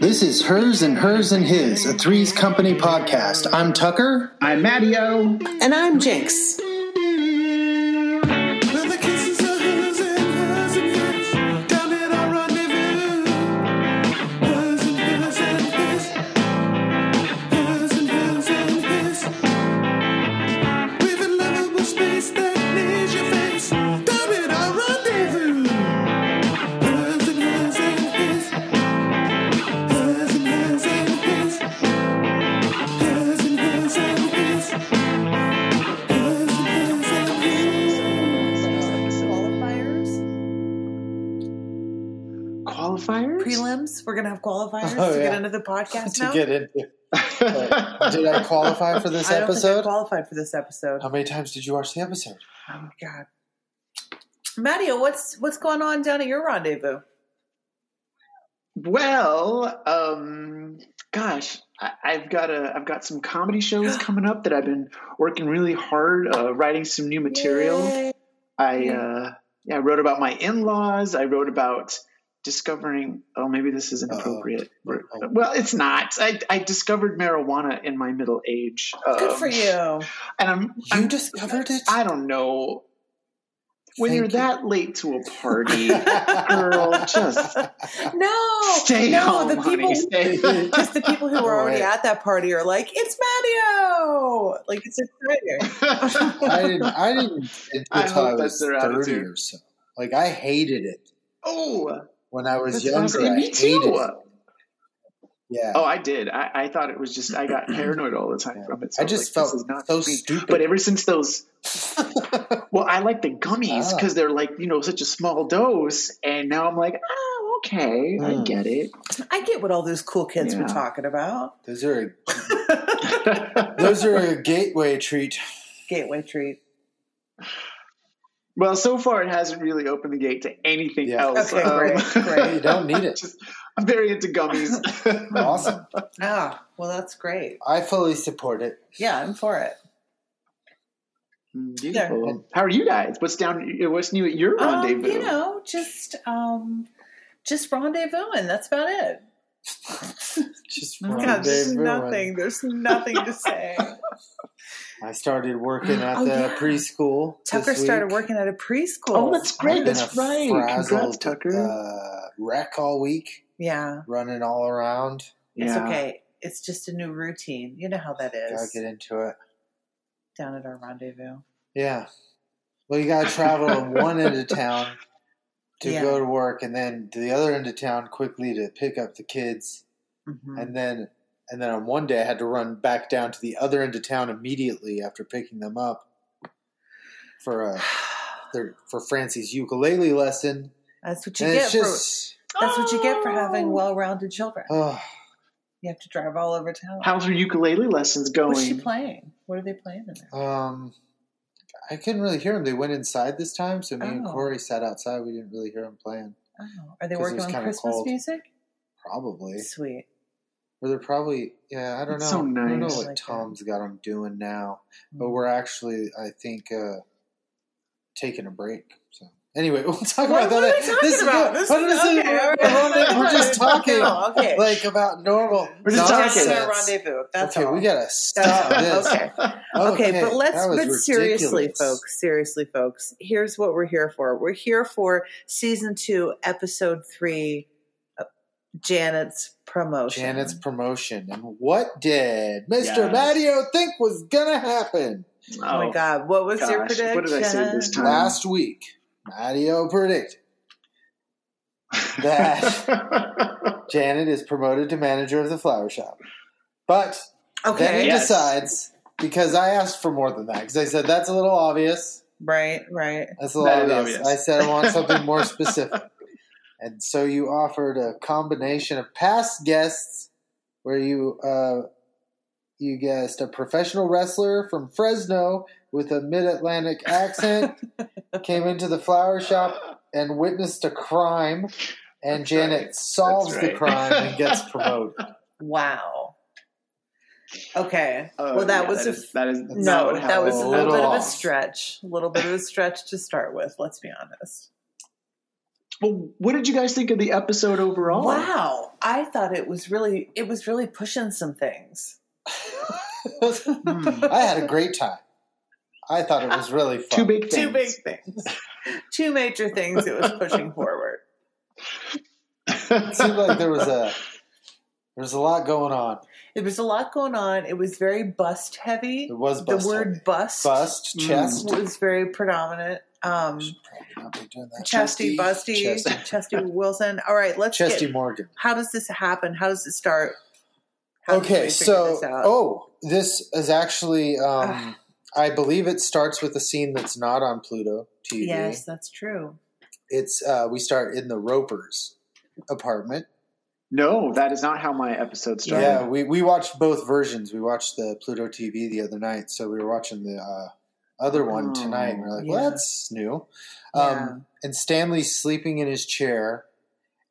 This is Hers and Hers and His, a Threes Company podcast. I'm Tucker. I'm Mattio. And I'm Jinx. Well, the kisses are hers and hers and his down at our rendezvous. Hers and hers and his, hers and hers and his. With a lovable space that needs your face down at our rendezvous. Hers and hers and his, hers and hers and his, hers and hers and his, hers and hers and his. Qualifiers, Qualifiers? prelims. We're gonna have qualifiers Oh, to yeah. get into the podcast To now. get into Did I qualify for this I don't think I episode? qualified for this episode. How many times did you watch the episode? Oh my god, Matteo, what's what's going on down at your rendezvous? Well, um, gosh, I, I've got a, I've got some comedy shows coming up that I've been working really hard, uh, writing some new material. Yay. I, uh, yeah, I wrote about my in-laws. I wrote about discovering. Oh, maybe this isn't Uh-oh. appropriate. Uh-oh. Well, it's not. I, I discovered marijuana in my middle age. Good Um, for you. And I'm, You I'm discovered it? I don't know. When Thank you're you. that late to a party, girl, just No, stay no, home, the honey. people. Stay. Because the people who were already Right. at that party are like, it's Matteo! Like, it's exciting. I didn't. I didn't I until hope I, that's was their thirty attitude. or so. Like I hated it oh, when I was that's younger. awesome. I me too. hated it. Yeah. Oh, I did. I, I thought it was just I got paranoid all the time Yeah. from it. So I just like, this is felt not so me. stupid. But ever since those, well, I like the gummies Ah. because they're like you know such a small dose, and now I'm like, oh, okay, I Mm. get it. I get what all those cool kids were Yeah. talking about. those are a, those are a gateway treat. Gateway treat. Well, so far it hasn't really opened the gate to anything Yeah. else. Um, Okay, great, great. You don't need it. Just- I'm very into gummies. Awesome. Ah, well, that's great. I fully support it. Yeah, I'm for it. Beautiful. How are you guys? What's down? What's new at your Um, rendezvous? you know, just um, just rendezvous, and that's about it. Just Oh God, there's rendezvous. nothing. There's nothing to say. I started working at Oh, the yeah. preschool. this Tucker started week. working at a preschool. oh, that's I've great. been That's a right. Congrats, frazzled, Tucker. Uh, wreck all week, yeah. running all around. It's Yeah. okay. It's just a new routine. You know how that Gotta is get into it. down at our rendezvous. Yeah. Well, you gotta travel to one end of town to Yeah. go to work, and then to the other end of town quickly to pick up the kids, Mhm. and then and then on one day I had to run back down to the other end of town immediately after picking them up for uh their, for Francie's ukulele lesson. That's what you and get it's just for that's what you get for having well-rounded children. oh, You have to drive all over town. How's your ukulele lessons What's she going? playing? What are they playing in there? Um, I couldn't really hear him. They went inside this time, so me and Oh. Corey sat outside. We didn't really hear him playing. Oh, are they 'Cause it working was on kinda Christmas cold. music? Probably, Sweet. or they're probably yeah. I don't know. That's so I don't know nice. what Like that. Tom's got him doing now, but Mm. we're actually, I think, uh, taking a break. So anyway, we'll talk What, about that. what are we talking this about? Is, This what is- is it? okay, We're, all right. we're just talking Okay. like about normal. We're just Down talking. in nonsense. our rendezvous. That's okay, all. we gotta stop That's- this. okay. Oh. Okay, but let's that but was seriously, ridiculous. folks. Seriously, folks. Here's what we're here for. We're here for season two, episode three, uh, Janet's promotion. Janet's promotion. And what did Mr. Yes. Matteo think was going to happen? Oh, my God, what was your gosh, prediction? what did I say this time? Last week, Matteo predicted that Janet is promoted to manager of the flower shop. But then he Okay, Yeah. Yes. decides, because I asked for more than that, because I said, that's a little obvious. right, right. That's a little That is obvious. obvious. I said, I want something more specific. And so you offered a combination of past guests where you uh, you guessed a professional wrestler from Fresno with a mid Atlantic accent came into the flower shop and witnessed a crime, and That's Janet right. solves That's the right. crime and gets promoted. Wow. Okay. Oh, well, that yeah, was a is- that is not no, what that was a happened. little Little bit of a off. stretch. A little bit of a stretch to start with. Let's be Oh. honest. Well, what did you guys think of the episode overall? Wow. I thought it was really it was really pushing some things. Hmm. I had a great time. I thought it was really fun. Two big things. Two big things. Two major things it was pushing forward. It seemed like there was a there was a lot going on. There was a lot going on. It was very bust heavy. It was The bust word heavy. bust, bust, Mm. chest. was very predominant. Um Probably not be doing that. Chesty, Busty, Chesty. Chesty, Wilson. All right, let's get- Chesty Morgan. how does this happen? How does it start? How did we Okay, figure so this out? oh, this is actually um, I believe it starts with a scene that's not on Pluto TV. yes, that's true. It's uh, we start in the Roper's apartment. No, that is not how my episode Yeah, started. we, we watched both versions. We watched the Pluto TV the other night, so we were watching the uh, other one Oh, tonight. And we we're like, well, yeah. that's new. Yeah. Um, and Stanley's sleeping in his chair,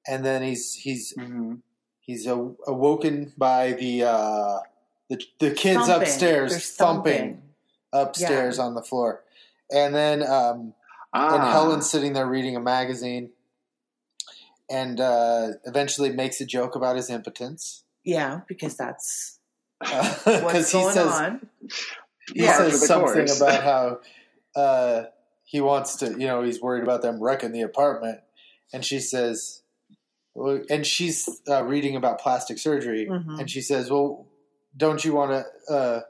and then he's he's Mhm. he's aw- awoken by the uh, the the kids Thumping. upstairs There's thumping. upstairs on the floor. And then um, Ah, and Helen's sitting there reading a magazine and uh, eventually makes a joke about his impotence. Yeah, because that's Because what's he going says on. he Yeah. For says the something chorus. about how uh, he wants to, you know, he's worried about them wrecking the apartment, and she says, well, and she's uh, reading about plastic surgery, Mhm. and she says, "Well, don't you want to, uh,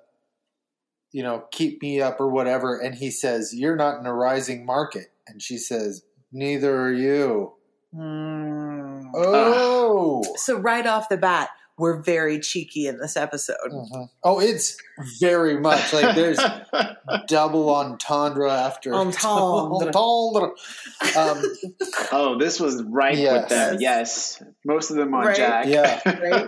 you know, keep me up or whatever?" And he says, "You're not in a rising market," and she says, "Neither are you." Mm. Oh. So right off the bat, we're very cheeky in this episode. Mhm. Oh, it's very much like there's double entendre after Entendre. Entendre. Um, oh, this was right Yes. with that. Yes, most of them on Right. Jack. Yeah.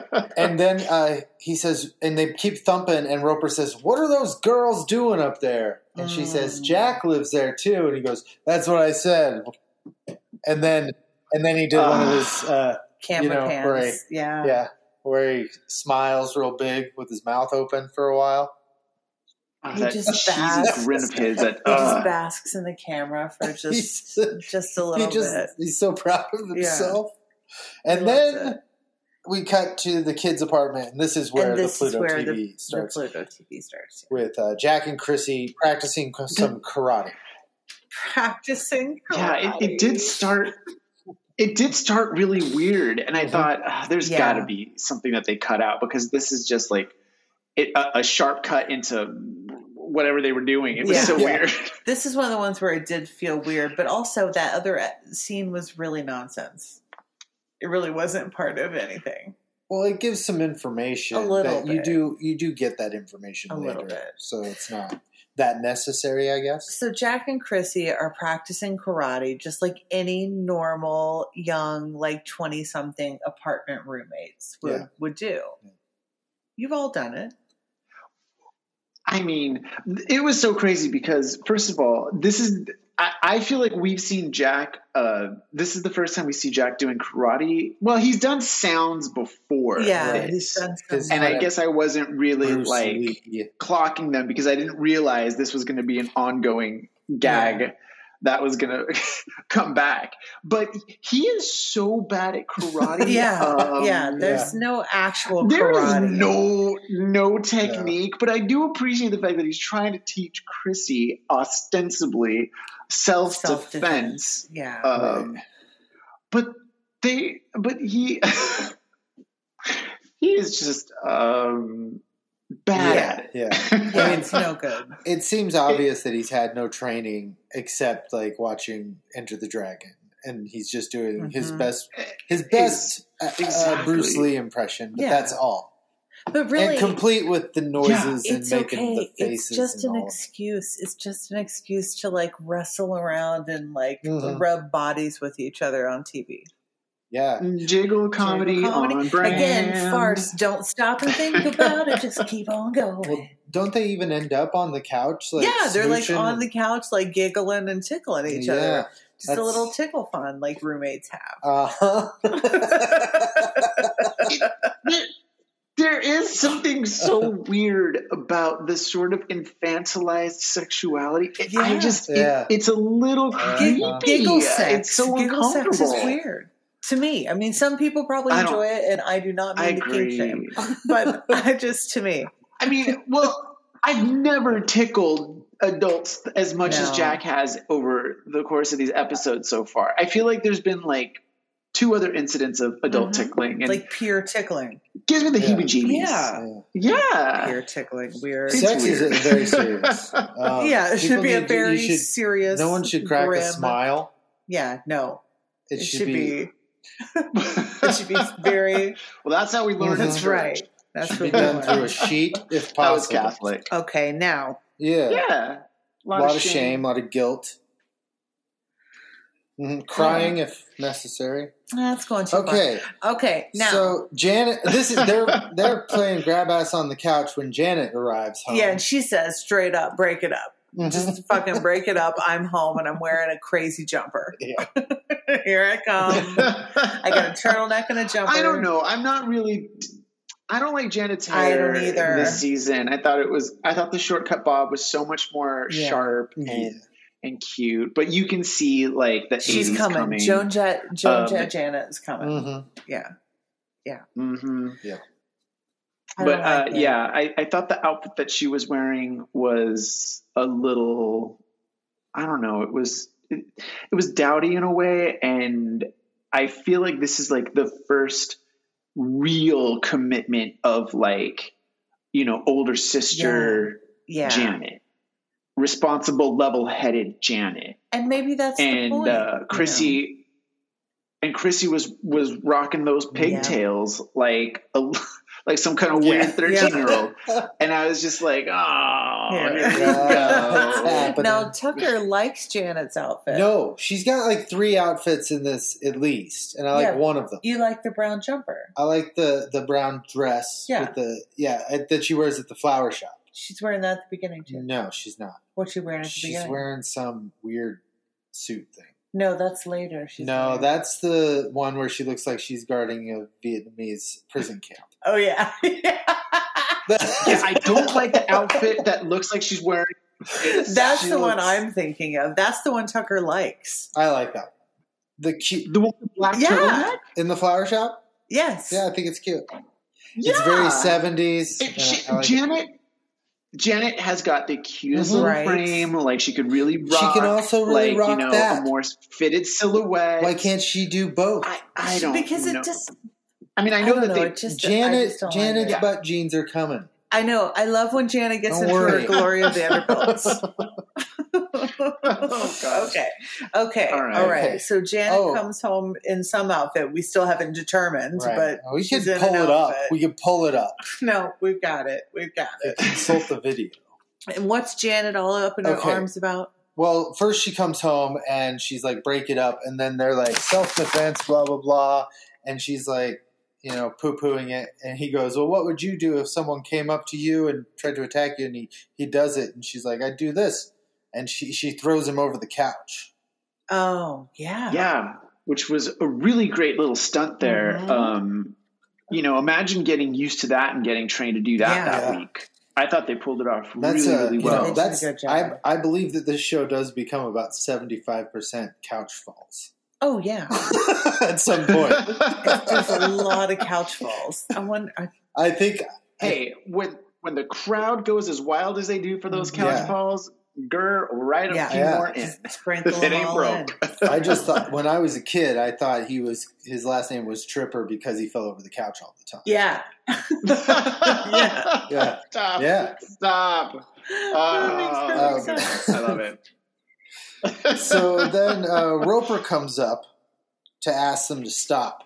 Right? and then uh, he says, and they keep thumping, and Roper says, "What are those girls doing up there?" And she says, Mm. "Jack lives there too." And he goes, "That's what I said." And then, and then he did one of his, Ah. uh, Camera You know, pans. right. Yeah. yeah, where he smiles real big with his mouth open for a while. Oh, He that just cheesy basks. grin of his. That, He just uh, basks in the camera for just He's- just a little Ah. He just bit. he's so proud of Yeah. himself. He And loves then it. we cut to the kids' apartment, and this is where And this the is Pluto where TV starts The Pluto TV starts. with uh, Jack and Chrissy practicing some karate. Practicing. yeah, it, it did karate. start. It did start really weird, and I Mhm. thought "Ah, there's Yeah. got to be something that they cut out because this is just like it, a, a sharp cut into whatever they were doing. It was Yeah. so Yeah. weird. This is one of the ones where it did feel weird, but also that other e- scene was really nonsense. It really wasn't part of anything. Well, it gives some information. A little but You bit. do you do get that information A later, little bit. so it's not that necessary, I guess. So Jack and Chrissy are practicing karate just like any normal young, like twenty something apartment roommates would, Yeah. would do. Yeah. You've all done it. I mean, it was so crazy because, first of all, this is. I, I feel like we've seen Jack. Uh, this is the first time we see Jack doing karate. Well, he's done sounds before. yeah, Right. he's this. done some- His- And I guess I wasn't really Bruce like Lee. clocking them because I didn't realize this was going to be an ongoing gag that was going to come back. But he is so bad at karate. yeah, Um, yeah. There's no actual there is karate. no no technique, but I do appreciate the fact that he's trying to teach Chrissy ostensibly self defense. Yeah. Um, But they, but he, he is just um, bad at it. Yeah, yeah, it's no good. it seems obvious that he's had no training except like watching Enter the Dragon, and he's just doing his Mhm. best his best uh, uh, Eh, exactly. Bruce Lee impression. But Yeah. that's all, But really, and complete with the noises and it's making okay. the faces. It's just and an all. excuse. It's just an excuse to like wrestle around and like Mhm. rub bodies with each other on TV. Yeah, Jiggle comedy, Jiggle comedy. on brand. Again, farce. Don't stop and think about it. Just keep on well, going. don't they even end up on the couch? Like, yeah, they're like smooching on and- the couch, like giggling and tickling each Yeah. other. Just a that's- little tickle fun, like roommates have. Uh-huh. There is something so weird about this sort of infantilized sexuality. It- I Yeah. just, it- Yeah. it's a little Uh-huh. creepy. Giggle sex. It's so Giggle sex uncomfortable. is weird. to me. I mean, some people probably I don't- enjoy it, and I do not mean I to kink shame, agree. but I just to me, I mean, well, I've never tickled adults as much as No. Jack has over the course of these episodes so far. I feel like there's been like two other incidents of adult Mhm. tickling and like pure tickling. gives me the Yeah. heebie-jeebies. Yeah, Yeah. Yeah. pure tickling. Weird. It's Sex is weird. a- very serious. Um, yeah, it should people be a need to- you very should- serious. No one should crack grim- a smile. Yeah, no, It, should, be, It should be very well, that's how we learned in Mhm. that's church. right. That's should be what done we through a learned. sheet if That was possible. Catholic. Okay, now Yeah. Yeah. A A lot, of shame. a lot of guilt. hmm Crying if necessary. that's going too far. Okay, Okay, now so Janet, this is they're they're playing grab ass on the couch when Janet arrives home. yeah, and she says straight up, break it up. Mhm. Just fucking break it up. I'm home and I'm wearing a crazy jumper. Yeah. Here I come. I got a turtleneck and a jumper. I don't know. I'm not really. I don't like Janet's I hair don't either. this season. I thought it was. I thought the shortcut bob was so much more Yeah. sharp and, Yeah. and cute. But you can see like that She's 80s coming. coming. Joan Jett, Joan Um, Jett Janet is coming. Mhm. Yeah. hmm I But don't uh, like it. yeah, I, I thought the outfit that she was wearing was a little. I don't know. It was it, it was dowdy in a way, and I feel like this is like the first real commitment of like you know older sister. Yeah. Janet, responsible, level-headed Janet, And maybe that's the and point. uh, Chrissy. And Chrissy was was rocking those Yeah. pigtails like a, like some kind of weird Yeah. thirteen year old, and I was just like, oh, Yeah. here we Yeah. go." It's you know? Now happening. Tucker likes Janet's outfit. No, she's got like three outfits in this at least, and I like Yeah. one of them. You like the brown jumper. I like the the brown dress Yeah. with the yeah it- that she wears at the flower shop. She's wearing that at the beginning too. No, she's not. What's she wearing at the She's beginning? wearing some weird suit thing. no, that's later. She's no, wearing- that's the one where she looks like she's guarding a Vietnamese prison camp. Oh yeah. Yeah, I don't like the outfit that looks like she's wearing. That's She the one looks- I'm thinking of. That's the one Tucker likes. I like that. The cute The one with the black Yeah. turtleneck. in the flower shop. Yes. Yeah, I think it's cute. It's Yeah. very seventies. It- she- Janet. Janet has got the cutest Mhm. little Right. frame. Like she could really rock. She can also really like rock you know that. a more fitted silhouette. Why can't she do both? I, I don't because know. it just I mean, I I, know don't that know, they. it just I Janet, just don't like Janet's it. butt jeans are coming. I know. I love when Janet gets Don't into worry. her Gloria Vanderbilts. Oh, gosh. okay. Okay. All All right. right. Okay. So Janet Oh. comes home in some outfit we still haven't determined, Right. but Oh, we could she's in pull an it up. outfit. We could pull it up. no, we've got it. We've got it. Consult the video. And what's Janet all up in Okay. her arms about? Well, first she comes home and she's like, break it up. And then they're like, self defense, blah, blah, blah. And she's like, you know, poo pooing it. And he goes, well, what would you do if someone came up to you and tried to attack you? And he, he does it. And she's like, I'd do this. And she, she throws him over the couch. Oh, yeah. Yeah, which was a really great little stunt there. Mhm. Um, you know, imagine getting used to that and getting trained to do that Yeah. that Yeah. week. I thought they pulled it off That's really, a, really you know, well. They did a that's, good I, job. I believe that this show does become about 75% couch falls Oh, yeah. at some point. There's a lot of couch falls. I wonder. I- I think hey, when when the crowd goes as wild as they do for those couch Yeah. balls, grr, right a Yeah. few Yeah. more in. Just sprinkle It them ain't all broke. in. I just thought when I was a kid, I thought he was his last name was Tripper because he fell over the couch all the time. Yeah. Yeah. Yeah. Stop. Yeah. Stop. That Oh. makes perfect um, sense. I love it. So then uh, Roper comes up to ask them to stop.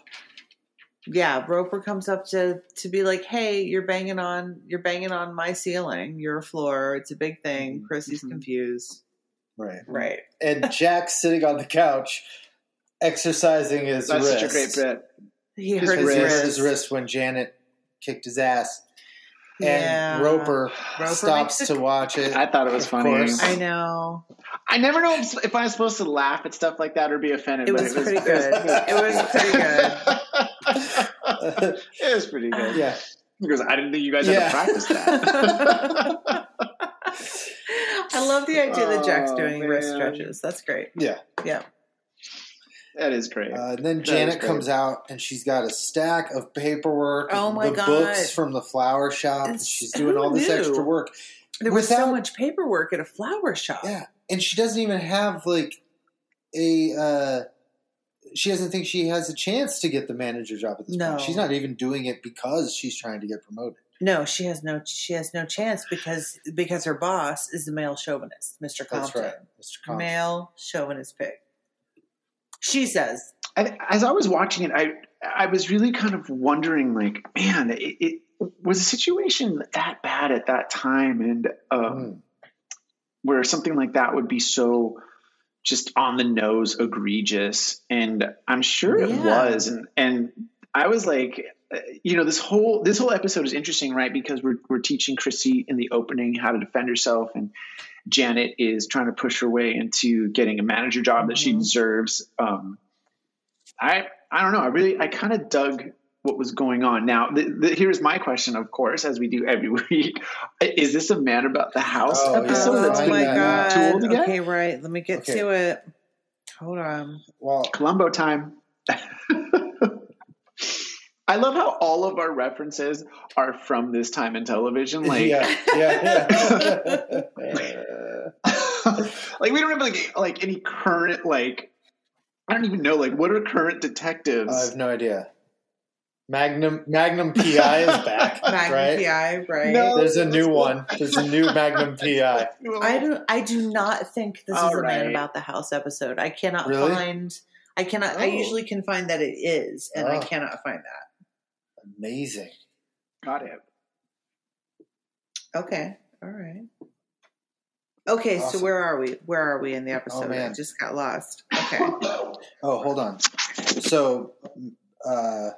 yeah roper comes up to to be like hey you're banging on you're banging on my ceiling your floor it's a big Mm-hmm. thing chrissy's Mhm. confused Right. right And Jack's sitting on the couch exercising his That's wrist. such a great bit. he His hurt Because he his wrist. hurt wrist, his wrist when Janet kicked his ass. And Yeah. Roper, Roper stops makes to watch it. I thought it was Of funny. course. i know I never know if I'm supposed to laugh at stuff like that or be offended. it but was pretty good it was pretty good good. it was pretty good. yeah. Because I didn't think you guys Yeah. had to practice that. i love the idea that jack's Oh, doing wrist man. stretches that's great Yeah. yeah That is great. Uh, and then That Janet is great. comes out and she's got a stack of paperwork. Oh and my the God. books from the flower shop. It's- she's doing who all this knew? extra work, There was so Without- much paperwork at a flower shop. Yeah. and she doesn't even have like a. Uh, she doesn't think she has a chance to get the manager job at this No. point. She's not even doing it because she's trying to get promoted. No, she has no she has no chance because because her boss is the male chauvinist, Mr. That's Compton. right, Mr. Compton. Male chauvinist pig. She says, And as I was watching it, I I was really kind of wondering, like, man, it, it was a situation that bad at that time, and um, Mm. where something like that would be so just on the nose egregious and i'm sure it Yeah. was and and i was like uh, you know this whole this whole episode is interesting right because we're we're teaching chrissy in the opening how to defend herself and janet is trying to push her way into getting a manager job that she Mm-hmm. Mhm. deserves um i i don't know i really i kind of dug what was going on now th- th- here's my question of course as we do every week is this a man about the house Oh, yeah. episode Oh, that's my been God. too old again? Okay, right. Let me get Okay. to it. Hold on. Well, Columbo time. I love how all of our references are from this time in television. Like, yeah, yeah, yeah. like we don't have like, like any current like. I don't even know like what are current detectives. I have no idea. Magnum Magnum PI is back, Magnum right? PI, right? No. There's a new one. There's a new Magnum PI. I oh, don't I do not think this All is a man right. about the house episode. I cannot Really? find I cannot I Oh. usually can find that it is and I Oh. cannot find that. Amazing. got it. Okay. All right. Okay, Awesome. Oh, so where are we? Where are we in the episode? I man. just got lost. Okay. Oh, hold on. So, uh,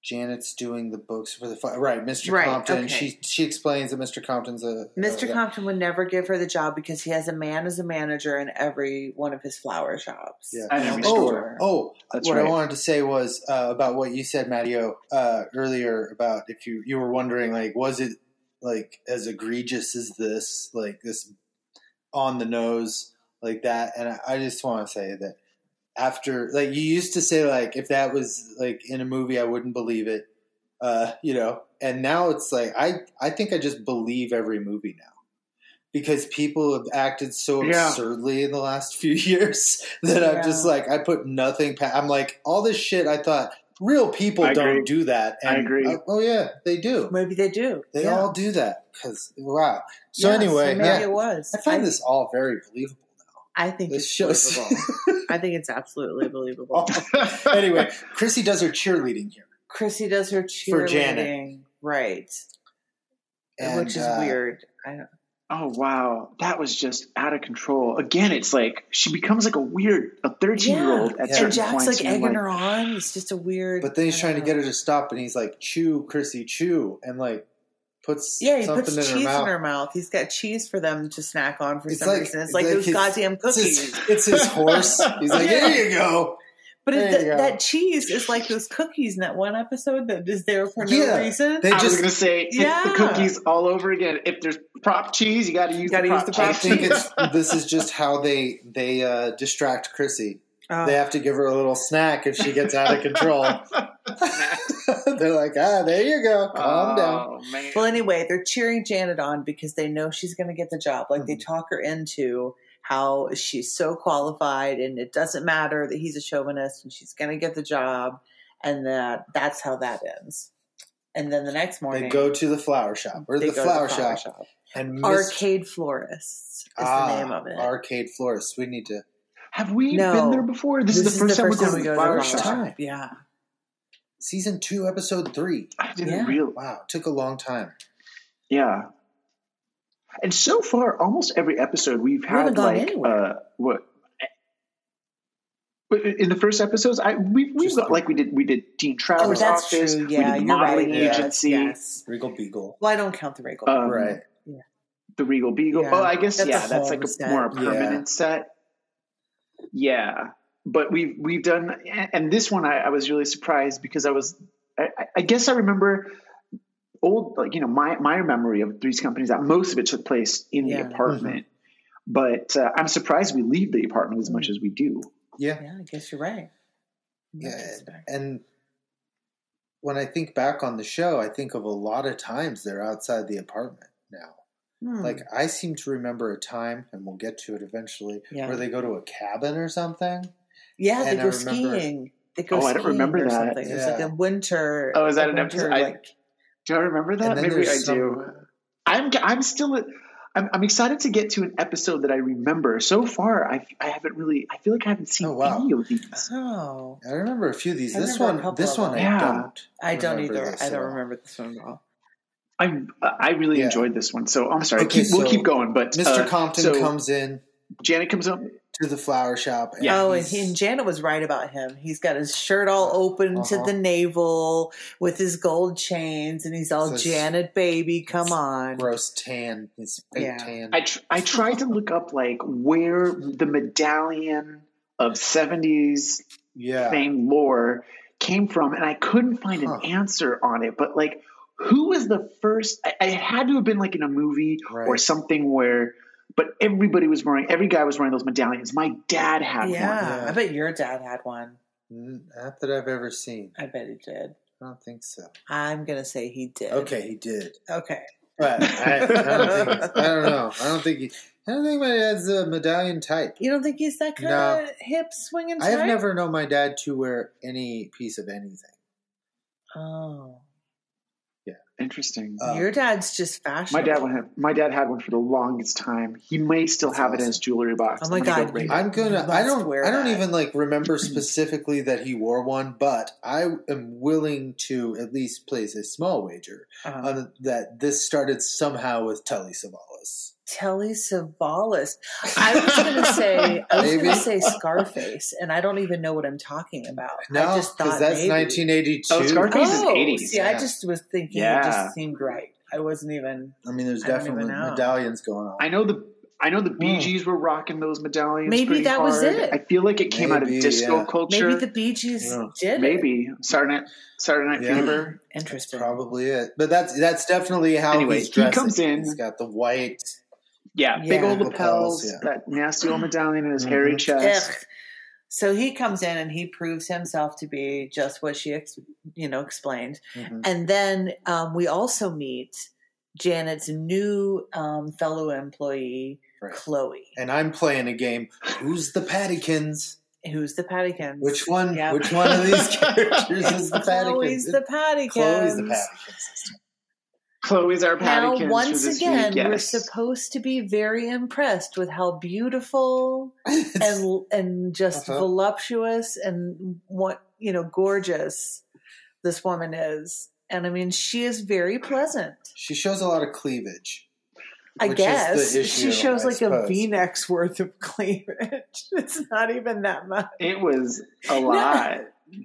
Janet's doing the books for the fi- right, Mr. Right, Compton. okay. She she explains that Mr. Compton's a Mr. a- Compton would never give her the job because he has a man as a manager in every one of his flower shops. Yeah. And every Oh, store. oh That's what I right. wanted to say was uh, about what you said, Matteo, uh, earlier about if you you were wondering like was it like as egregious as this, like this on the nose like that, and I, I just want to say that after like you used to say like if that was like in a movie I wouldn't believe it, uh, you know, and now it's like I I think I just believe every movie now. Because people have acted so Yeah. absurdly in the last few years that I'm just Yeah. like I put nothing. Pa- I'm like all this shit. I thought real people I don't agree. do that. I agree. uh, oh yeah, they do. Maybe they do. They Yeah. all do that because wow. So Yeah, anyway, maybe yeah, it was. I find this all very believable. I think This Oh. it's shows. believable. I think it's absolutely believable. anyway, Chrissy does her cheerleading here, Chrissy does her For Janet. cheerleading, right? and, which is uh, weird. I don't, oh wow, that was just out of control. Again, it's like she becomes like a weird a thirteen year old at Yeah. certain and Jack's points. like and you're egging her on. It's just a weird. But then he's I trying to don't get know. her to stop, and he's like, "Chew, Chrissy, chew," and like puts Yeah, he something puts in her cheese mouth. in her mouth. He's got cheese for them to snack on for It's some like- reason. It's it's like, like those his- goddamn It's cookies. his, it's his horse. He's like, Yeah. "There you go." but there it, you th- go. that cheese is like those cookies in that one episode that is there for no Yeah, reason. They I was just gonna say it's the Yeah. cookies all over again. If there's prop cheese, you got to use Gotta the use prop the prop I cheese. think it's this is just how they they uh, distract Chrissy. Oh, They have to give her a little snack if she gets out of control. They're like, ah, there you go, calm down. Oh, man. Well, anyway, they're cheering Janet on because they know she's going to get the job. Like they Mhm. talk her into how she's so qualified and it doesn't matter that he's a chauvinist and she's going to get the job, and that that's how that ends. And then the next morning, They go to the flower shop or they the go to flower, shop, and Miss- Arcade florists is Ah, the name of it. Arcade florist. We need to. Have we No. been there before? This, is the first time we're going to the flower flower shop. shop. Yeah, Season two, episode three. I didn't Yeah. real. Wow, took a long time. Yeah. And so far, almost every episode we've had haven't gone like anywhere. uh, what. but In the first episodes, I we we Just got the- like we did we did Dean oh, Travers' that's office, true. we Yeah, did the you're right. modeling yeah. agency, Yes. Regal Beagle. Well, I don't count the wrinkle. Um, Right. the Regal Beagle. Yeah. Oh, I guess That's a yeah, that's like a home set. more a Yeah. permanent set. Yeah, but we've we've done, and this one I, I was really surprised because I was, I, I- I guess I remember old like you know my my memory of Three's Companies that most of it took place in Yeah. Mm-hmm. the apartment, but uh, I'm surprised we leave the apartment as much as we do. Yeah. Yeah, I guess you're right. Yeah. That's back. And when I think back on the show, I think of a lot of times they're outside the apartment now. Hmm. Like I seem to remember a time, and we'll get to it eventually, Yeah. where they go to a cabin or something. yeah, they and I go remember- skiing. They go Oh, I don't skiing remember or that. something. There's like Yeah. a winter. Oh, is that a an winter, episode? I- like, Do I remember that? And then Maybe I there's some- do. I'm I'm still I'm, I'm excited to get to an episode that I remember. So far, I I haven't really I feel like I haven't seen Oh, wow. any of these. oh, I remember a few of these. I this remember a one, couple this of one, I them. Yeah. don't. I don't remember either. this I at don't all. remember this one at all. I'm I really Yeah. enjoyed this one. So I'm sorry. Okay, keep, we'll so keep going. But Mr. uh, Compton so comes in Janet comes up. to the flower shop. And oh, and, he, he's- and Janet was right about him. He's got his shirt all open to Uh-huh. the navel with his gold chains, and he's all Says- Janet, baby, come on. gross tan, his fake Yeah. tan. I tr- I tried to look up like where the medallion of '70s yeah, fame lore came from, and I couldn't find Huh. an answer on it. But like, who was the first? I, I had to have been like in a movie or Right. something where, but everybody was wearing, every guy was wearing those medallions. My dad had one. Yeah, Yeah. I bet your dad had one. N- not that I've ever seen. I bet he did. I don't think so. I'm gonna say he did. Okay, he did, Okay. but I, I, don't, think, I don't know. I don't think he. I don't think my dad's a medallion type. You don't think he's that kind No. of hip swinging? I have type? never known my dad to wear any piece of anything. Oh, Interesting. Uh, your dad's just fashion. my dad had my dad had one for the longest time. He may still That's have it in his awesome. jewelry box. Oh my I'm gonna go God, rate you- it. I'm gonna. must I don't. wear I don't that. even like remember specifically that he wore one, but I am willing to at least place a small wager Uh-huh. on that this started somehow with Telly Savalas. Telly Savalas. I was gonna say I was Maybe. gonna say Scarface, and I I don't even know what I'm talking about. I No, just because thought that's maybe. 1982. Oh, Scarface is Oh, 80s, see, I yeah. just was thinking it Yeah. just seemed right. I wasn't even. I mean, there's I don't even definitely know. medallions going on. I know the I know the Bee Hmm. Gees were rocking those medallions. Maybe pretty that was hard. it. I feel like it came out of Maybe, disco yeah. culture. Maybe the Bee Gees Yeah. did. It. Maybe Saturday Night, Saturday Night Yeah. Fever. That's Interesting. probably it. But that's that's definitely how Anyway, he's he dressed. comes in. He's got the white. Yeah, big Yeah. old lapels, Lapels, yeah. that nasty old medallion in his Mhm. hairy chest. Ugh. So he comes in and he proves himself to be just what she, ex- you know, explained. Mhm. And then um, we also meet Janet's new um, fellow employee, Right. Chloe, And I'm playing a game. Who's the Pattykins? who's the Pattykins. Which one? Yeah. Which one of these characters is the Pattykins? Chloe's the Pattykins. Chloe's the Pattykins. Chloe's our Now, pattykins for once this again, week. Yes. we're supposed to be very impressed with how beautiful and and just Uh-huh. voluptuous and what you know gorgeous this woman is and i mean she is very pleasant she shows a lot of cleavage. i Which is guess the issue, she shows I like a suppose. v-neck's worth of cleavage it's not even that much it was a lot.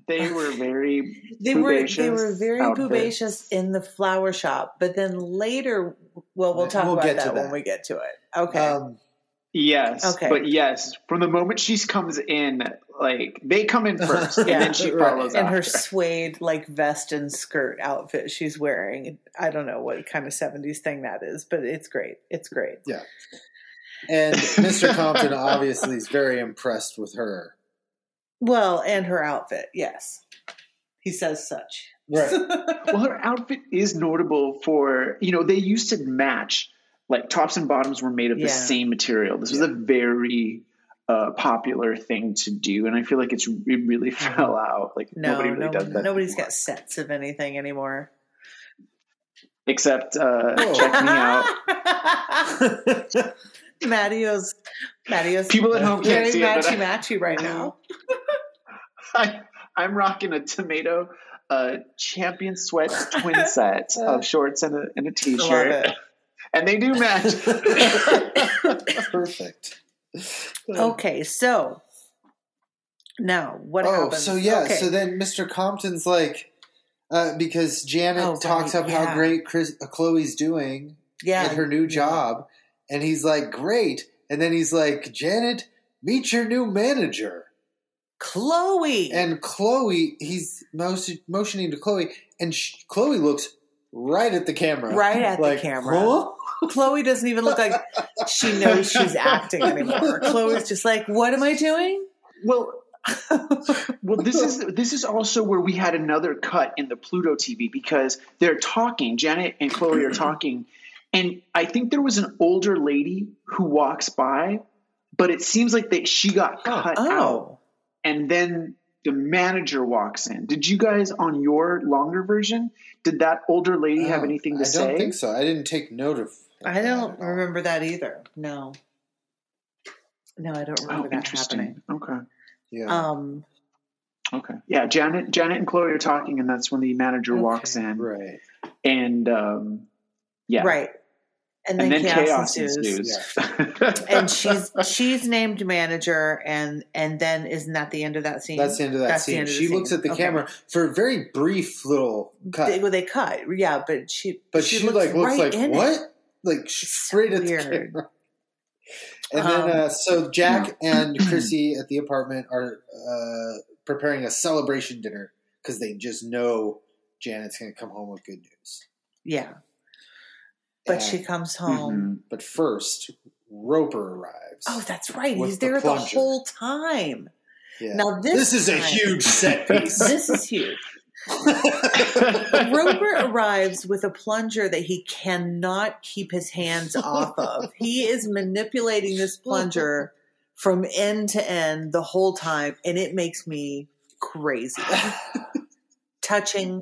They were very they were they Boobacious were very outfits. boobacious in the flower shop but then later well we'll talk We'll about get to that, when that. we get to it okay Um, yes, Okay. but yes, from the moment she comes in, like they come in first, Yeah, and then she right. follows and after. her suede like vest and skirt outfit she's wearing i don't know what kind of 70s thing that is but it's great it's great and Mr. Compton obviously is very impressed with her. well and her outfit yes he says such well, her outfit is notable for you know they used to match like tops and bottoms were made of Yeah. the same material. This was a very uh, popular thing to do, and I feel like it's it really fell out. Like Uh-huh. no nobody really no, does that. nobody's anymore. got sets of anything anymore except uh, Oh. check me out. Matteo's Matteo's People at home can't very see it, but matchy I, matchy right now. I, I'm rocking a tomato uh, champion sweats twin set of shorts and a, and a I love t-shirt, it. and they do match. Perfect. Okay, so now what oh, happens? so yeah, Okay. so then Mr. Compton's like, uh, because Janet Oh, right, talks up yeah. how great Chris, uh, Chloe's doing yeah, Mm-hmm. at her new job, and he's like, great. And then he's like, Janet, meet your new manager. Chloe. And Chloe, he's motion, motioning to Chloe, and sh- Chloe looks right at the camera. Right at the Like, camera. "Huh?" Chloe doesn't even look like she knows she's acting anymore. Chloe's just like, what am I doing? Well, Well, this is this is also where we had another cut in the Pluto TV because they're talking. Janet and Chloe are talking, and I think there was an older lady who walks by, but it seems like that she got cut out, oh, and then the manager walks in. Did you guys on your longer version? Did that older lady have Oh, anything to I say? don't think so. I didn't take note of. I don't remember that either. No, no, I don't Oh, remember that happening. interesting. Okay. Yeah. Um, Okay. Yeah, Janet, Janet and Chloe are talking, and that's when the manager Okay. walks in, right. and um, yeah, right, and then, And, then chaos, ensues. ensues. and she's she's named manager, and and then isn't that the end of that scene? That's the end of that That's the scene. end of the she looks scene. at the Okay. camera for a very brief little cut, They, well, they cut, yeah, but she but she, like looks right in like it. what? Like straight at the weird. camera. And Um, then, uh, so Jack and Chrissy at the apartment are uh, preparing a celebration dinner because they just know Janet's going to come home with good news. Yeah, but she And- mm-hmm. comes home. Mhm. But first, Roper arrives. Oh, that's right. With He's the there the, plunger. whole time. yeah. Now this, this, is a time- huge set piece. This is huge. Roper arrives with a plunger that he cannot keep his hands off of. He is manipulating this plunger from end to end the whole time, and it makes me crazy. Touching,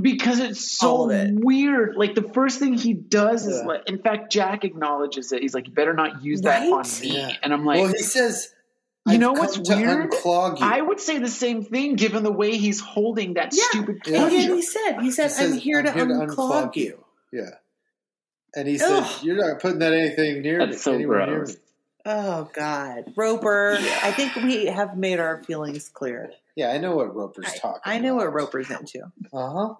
because it's so All of it. weird. Like the first thing he does is Yeah. like, in fact, Jack acknowledges it. He's like, "You better not use that on Right? me." Yeah. And I'm like, well, he says, You "I've know come what's to weird? Unclog you. I would say the same thing given the way he's holding that Yeah. stupid Yeah. and plunger. yet he said, "He said, says, I'm here to unclog you." Yeah. And he said, Ugh. You're not putting that anything near That's me. so anywhere near gross. me." Oh God, Roper! I think we have made our feelings clear. Yeah, I know what Roper's I, talking I know what Roper's into. Uh huh.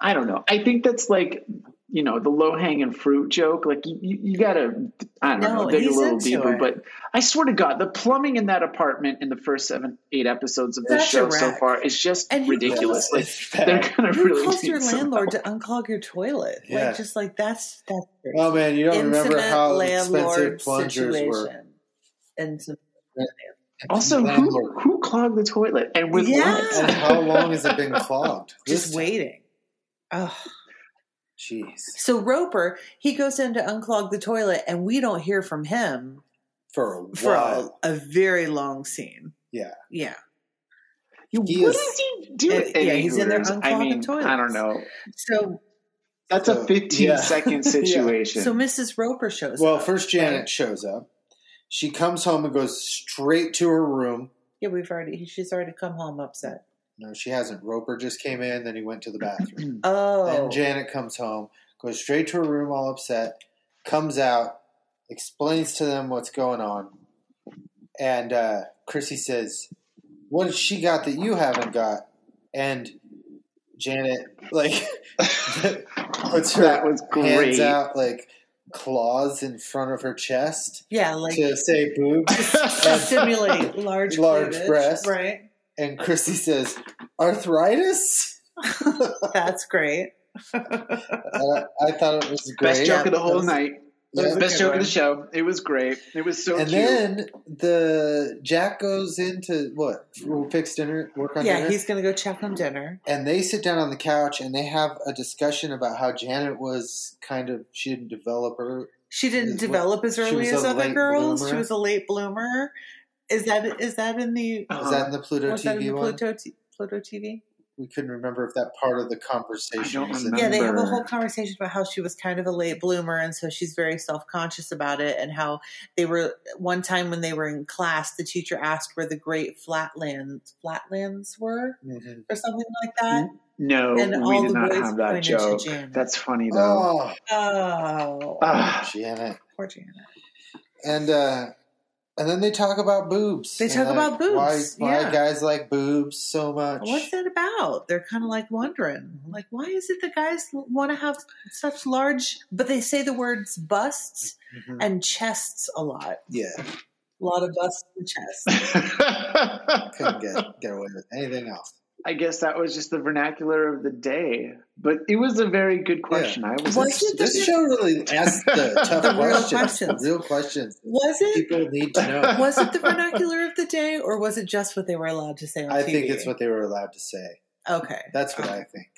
I don't know. I think that's like you know the low hanging fruit joke. Like you, you, you gotta I don't No, know dig a he's little into deeper. it. But I swear to God, the plumbing in that apartment in the first seven eight episodes of this Such a show so wreck. far is just And who ridiculous. calls- Like It's bad. they're gonna Who really calls need your some landlord help. to unclog your toilet? Yeah. Like, just like that's that's Oh, man, you don't remember intimate how expensive landlord plungers were. situation. And some- Also, who, Landlord. who clogged the toilet and with Yeah. what? And how long has it been clogged? just This time? waiting. Oh. Jeez. So Roper, he goes in to unclog the toilet, and we don't hear from him For a while. for a, a very long scene. Yeah. Yeah. You- He what is- is he doing? Uh, yeah, he's in there Hooters? I unclogging mean, I don't toilets. know. So That's So, a fifteen yeah. second Yeah. situation. so Mrs. Roper shows Well, up. first Janet shows up. She comes home and goes straight to her room. Yeah, we've already she's already come home upset. No, she hasn't. Roper just came in, then he went to the bathroom. Oh Then Janet comes home, goes straight to her room all upset, comes out, explains to them what's going on. And uh, Chrissy says, What has she got that you haven't got? And Janet, like, puts her That was hands great. out, like, claws in front of her chest yeah, like to say boobs. to simulate large Large cleavage, breasts. right? And Chrissy says, Arthritis? That's great. And I, I thought it was great. Best joke of the whole Yeah. night. Yeah. Best joke of one. the show. It was great. It was so and cute. then the Jack goes into what we'll fix dinner, work on Yeah, dinner, he's gonna go check on dinner. and they sit down on the couch and they have a discussion about how Janet was kind of she didn't develop her. She didn't She was- develop as she was early a as other late girls. She bloomer. was a late bloomer. Is that is that in the Uh-huh. Was that in the Pluto Uh-huh. was that in TV the one? Pluto, t- Pluto TV? We couldn't remember if that part of the conversation. I don't was in remember. Yeah, they have a Remember. whole conversation about how she was kind of a late bloomer, and so she's very self conscious about it. And how they were one time when they were in class, the teacher asked where the Great Flatlands Flatlands were, Mhm. or something like that. no, and we all did the not boys have that pointed to joke. Janet. That's funny though. Oh, Oh, Ah, Janet, poor Janet. and uh, and then they talk about boobs. They and, talk like, about boobs, Why, why yeah. guys like boobs so much? What's that about? They're kind of like wondering, Mm-hmm. like, why is it the guys want to have such large, but they say the words busts Mm-hmm. Mhm. and chests a lot, Yeah, a lot of busts and chests. couldn't get get away with anything else. I guess that was just the vernacular of the day. But it was a very good question. I was Was it This show really asks the tough The real questions, questions. the real questions Was it? people need to know. Was it the vernacular of the day, or was it just what they were allowed to say on I TV? think it's what they were allowed to say. Okay, That's what I think.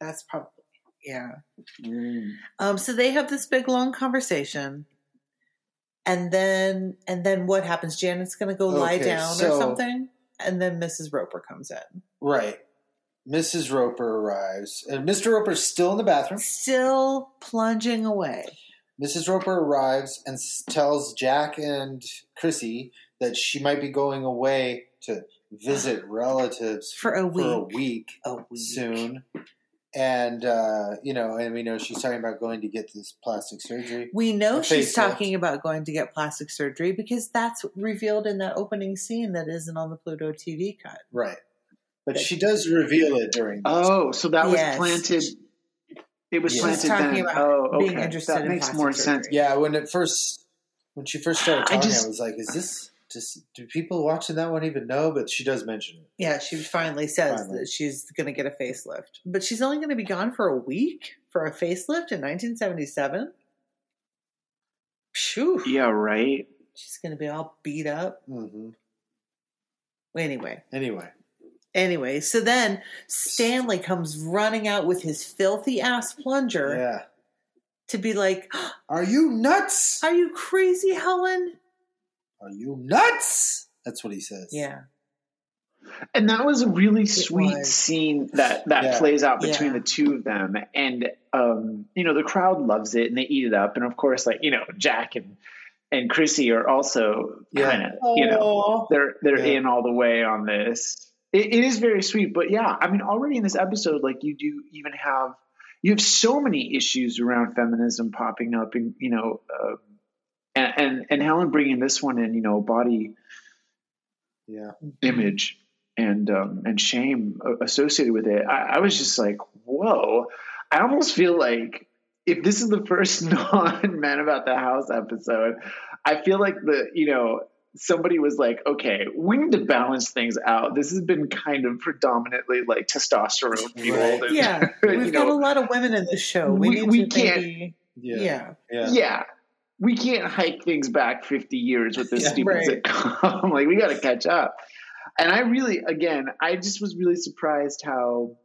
that's probably yeah. Mm. Um, so they have this big long conversation, and then and then what happens? Janet's going to go lie Okay, down so- or something, and then Mrs. Roper comes in, Right. Mrs. Roper arrives, and Mr. Roper's still in the bathroom. still plunging away. Mrs. Roper arrives and s- tells Jack and Chrissy that she might be going away to visit relatives For a for a week. week Oh, week. soon. And uh, you know, and we know she's talking about going to get this plastic surgery. We know A she's facelift. talking about going to get plastic surgery because that's revealed in that opening scene that isn't on the Pluto TV cut. Right. But she does reveal it during this. Oh, so that Yes. was planted. It was She was planted then. talking about oh, okay. being interested that in makes plastic more surgery. sense. Yeah, when it first when she first started I talking, I, just- was like, is this does do people watching that one even know? But she does mention it. Yeah, she finally says Finally. that she's going to get a facelift, but she's only going to be gone for a week for a facelift in 1977. Phew. Yeah, right. She's going to be all beat up. hmm Anyway, Anyway, anyway, so then Stanley comes running out with his filthy ass plunger yeah. to be like, Are you nuts? "Are you crazy, Helen?" Are you nuts? That's what he says. Yeah. And that was a really sweet was. scene that that Yeah. plays out between Yeah. the two of them, and um, you know the crowd loves it and they eat it up, and of course, like you know Jack and and Chrissy are also Yeah. kind of you Oh. know they're they're Yeah. in all the way on this. It, it is very sweet, but yeah, I mean, already in this episode, like you do even have you have so many issues around feminism popping up, and you know, um, and, and and Helen bringing this one in, you know, body Yeah. image and um, and shame a- associated with it. I, I was just like, whoa! I almost feel like if this is the first non Man About the House episode, I feel like the you know somebody was like, okay, we need to balance things out. This has been kind of predominantly like testosterone fueled. Right. and- Yeah. You We've got know, a lot of women in the show. We, we- need we to can't- maybe- Yeah. yeah. Yeah. yeah. We can't hike things back 50 years with this Yeah, stupid right. sitcom. like, we got to catch up. And I really, again, I just was really surprised how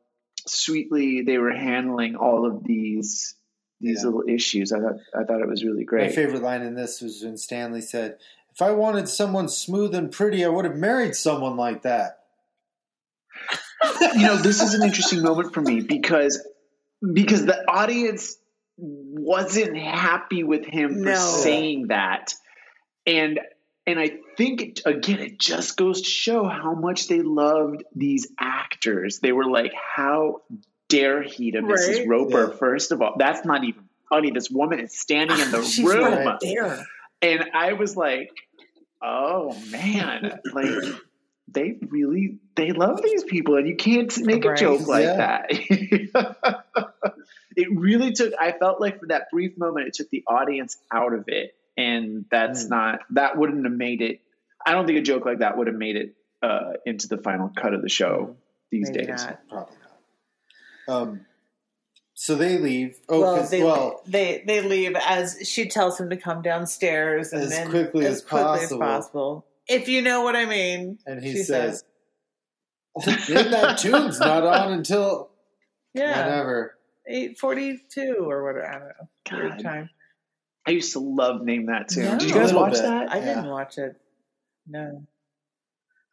sweetly they were handling all of these these Yeah. little issues. I thought I thought it was really My great. favorite line in this was when Stanley said, If I wanted someone smooth and pretty, I would have married someone like that. you know, this is an interesting moment for me because because the audience wasn't happy with him for No. saying that. And and I think it, again it just goes to show how much they loved these actors. They were like how dare he to Right. Mrs. Roper Yeah. first of all. That's not even funny. This woman is standing in the She's room right there. and I was like, "Oh man, like they really they love these people, and you can't make Right. a joke like Yeah. that." it really took. I felt like for that brief moment, it took the audience out of it, and that's Hmm. Mm. not that wouldn't have made it. I don't think a joke like that would have made it uh, into the final cut of the show these Hmm. Maybe days. not. Probably not. Um, so they leave. Oh, well, 'cause- they, well they they leave as she tells him to come downstairs and As then quickly as possible. possible. If you know what I mean. and he she says, Then that tune's not on until "Yeah, whenever. eight forty-two or whatever." I don't know. Weird God, time. I used to love name that too. Yeah. Did you A guys little watch bit. that? I didn't Yeah. watch it. No,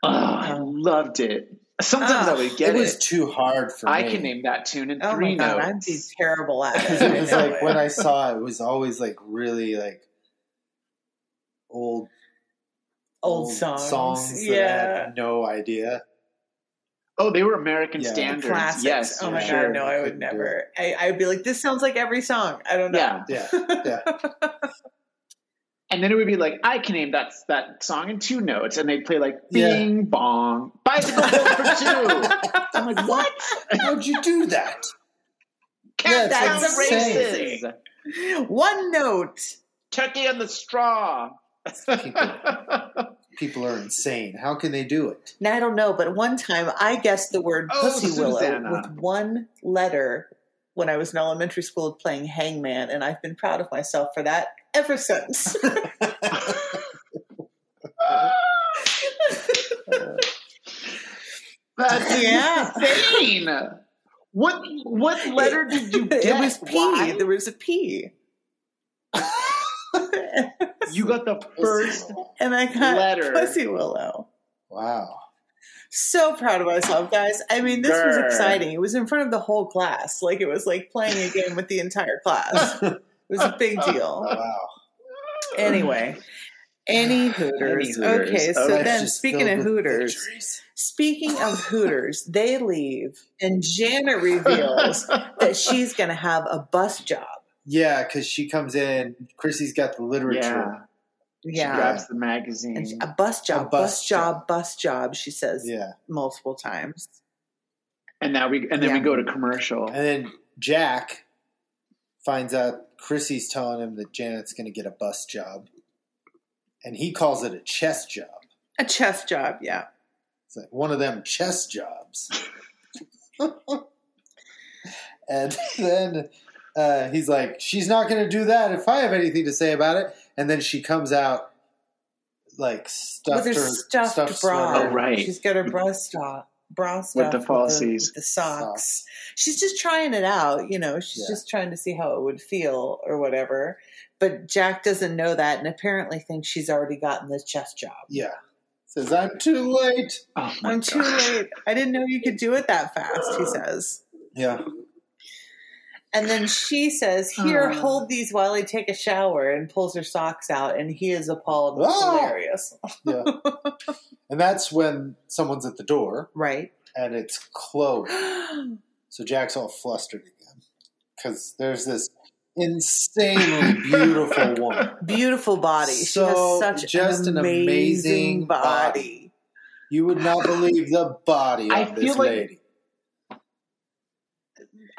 Oh, I Oh. loved it. Sometimes Ah, I would It get it. was too hard for I me. can name that tune in oh three my god, notes. I'd be terrible at it. Because it was I know like when I saw it, it was always like really like old old songs, songs that I yeah, had no idea. oh, they were American Yeah. standards. classics. Yes. oh for my sure. god, no, I I would couldn't do never. I, I'd be like, "This sounds like every song." I don't know. Yeah. Yeah. And then it would be like, I can name that that song in two notes, and they'd play like Yeah. Bing Bong Bicycle Bill for two. I'm like, what? How'd you do that? Yeah, Cat it's down the insane. races. One note. Turkey on the straw. Keep going. people are insane. How can they do it? Now I don't know, but one time I guessed the word Oh, pussy willow Susanna. with one letter when I was in elementary school playing hangman, and I've been proud of myself for that ever since. That's Yeah. insane. What what letter did you get? it was P. Why? There was a P. You got the first. and I got Letter. pussy willow. Wow. So proud of myself, guys. I mean, this was Grr. exciting. It was in front of the whole class. Like it was like playing a game with the entire class. It was a big deal. Wow. Anyway, any Hooters. Any Hooters. Okay, so Okay. Life's then just speaking Oh, filled of with Hooters, victories. speaking of Hooters, they leave and Jana reveals that she's going to have a bus job. Yeah, because she comes in. Chrissy's got the Yeah, literature. she Yeah. grabs the magazine. And she- a bus job, A bus, bus job, job. bus job, she says Yeah. multiple times. And now we and then we Yeah. go to commercial. And then Jack finds out Chrissy's telling him that Janet's going to get a bus job. And he calls it a chess job. A chest job, yeah. It's like one of them chess jobs. and then uh, he's like, she's not going to do that if I have anything to say about it. And then she comes out like stuffed with her stuffed, bra. sweater. Oh, right. She's got her bra stuff, bra stuff the falsies. with the socks. She's just trying it out, you know. She's Yeah. just trying to see how it would feel or whatever. But Jack doesn't know that, and apparently thinks she's already gotten the chest job. Yeah. Says, I'm too late. Oh my I'm god! too late. I didn't know you could do it that fast. He says, Yeah. and then she says, "Here, Oh. hold these while I take a shower," and pulls her socks out, and he is appalled. and It's Ah. hilarious, Yeah. and that's when someone's at the door right? and it's Chloe. So Jack's all flustered again because there's this insanely beautiful woman. beautiful body. So, she has such just an an amazing, amazing body. You would not believe the body I of feel this like- lady.